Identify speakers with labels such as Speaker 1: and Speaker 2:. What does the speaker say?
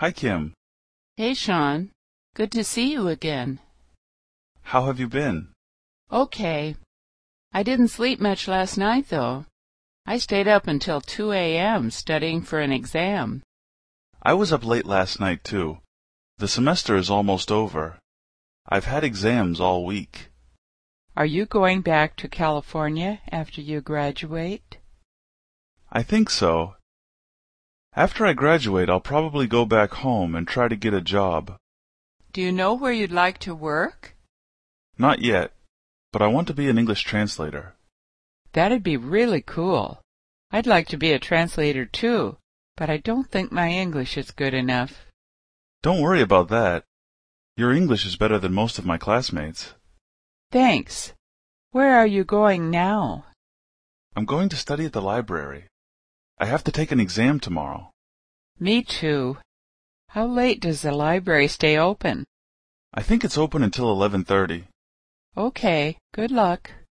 Speaker 1: Hi, Kim.
Speaker 2: Hey, Sean. Good to see you again.
Speaker 1: How have you been?
Speaker 2: Okay. I didn't sleep much last night, though. I stayed up until 2 a.m. studying for an exam.
Speaker 1: I was up late last night, too. The semester is almost over. I've had exams all week.
Speaker 3: Are you going back to California after you graduate?
Speaker 1: I think so. After I graduate, I'll probably go back home and try to get a job.
Speaker 3: Do you know where you'd like to work?
Speaker 1: Not yet, but I want to be an English translator.
Speaker 3: That'd be really cool. I'd like to be a translator too, but I don't think my English is good enough.
Speaker 1: Don't worry about that. Your English is better than most of my classmates.
Speaker 3: Thanks. Where are you going now?
Speaker 1: I'm going to study at the library. I have to take an exam tomorrow.
Speaker 3: Me too. How late does the library stay open?
Speaker 1: I think it's open until 11:30.
Speaker 3: Okay, good luck.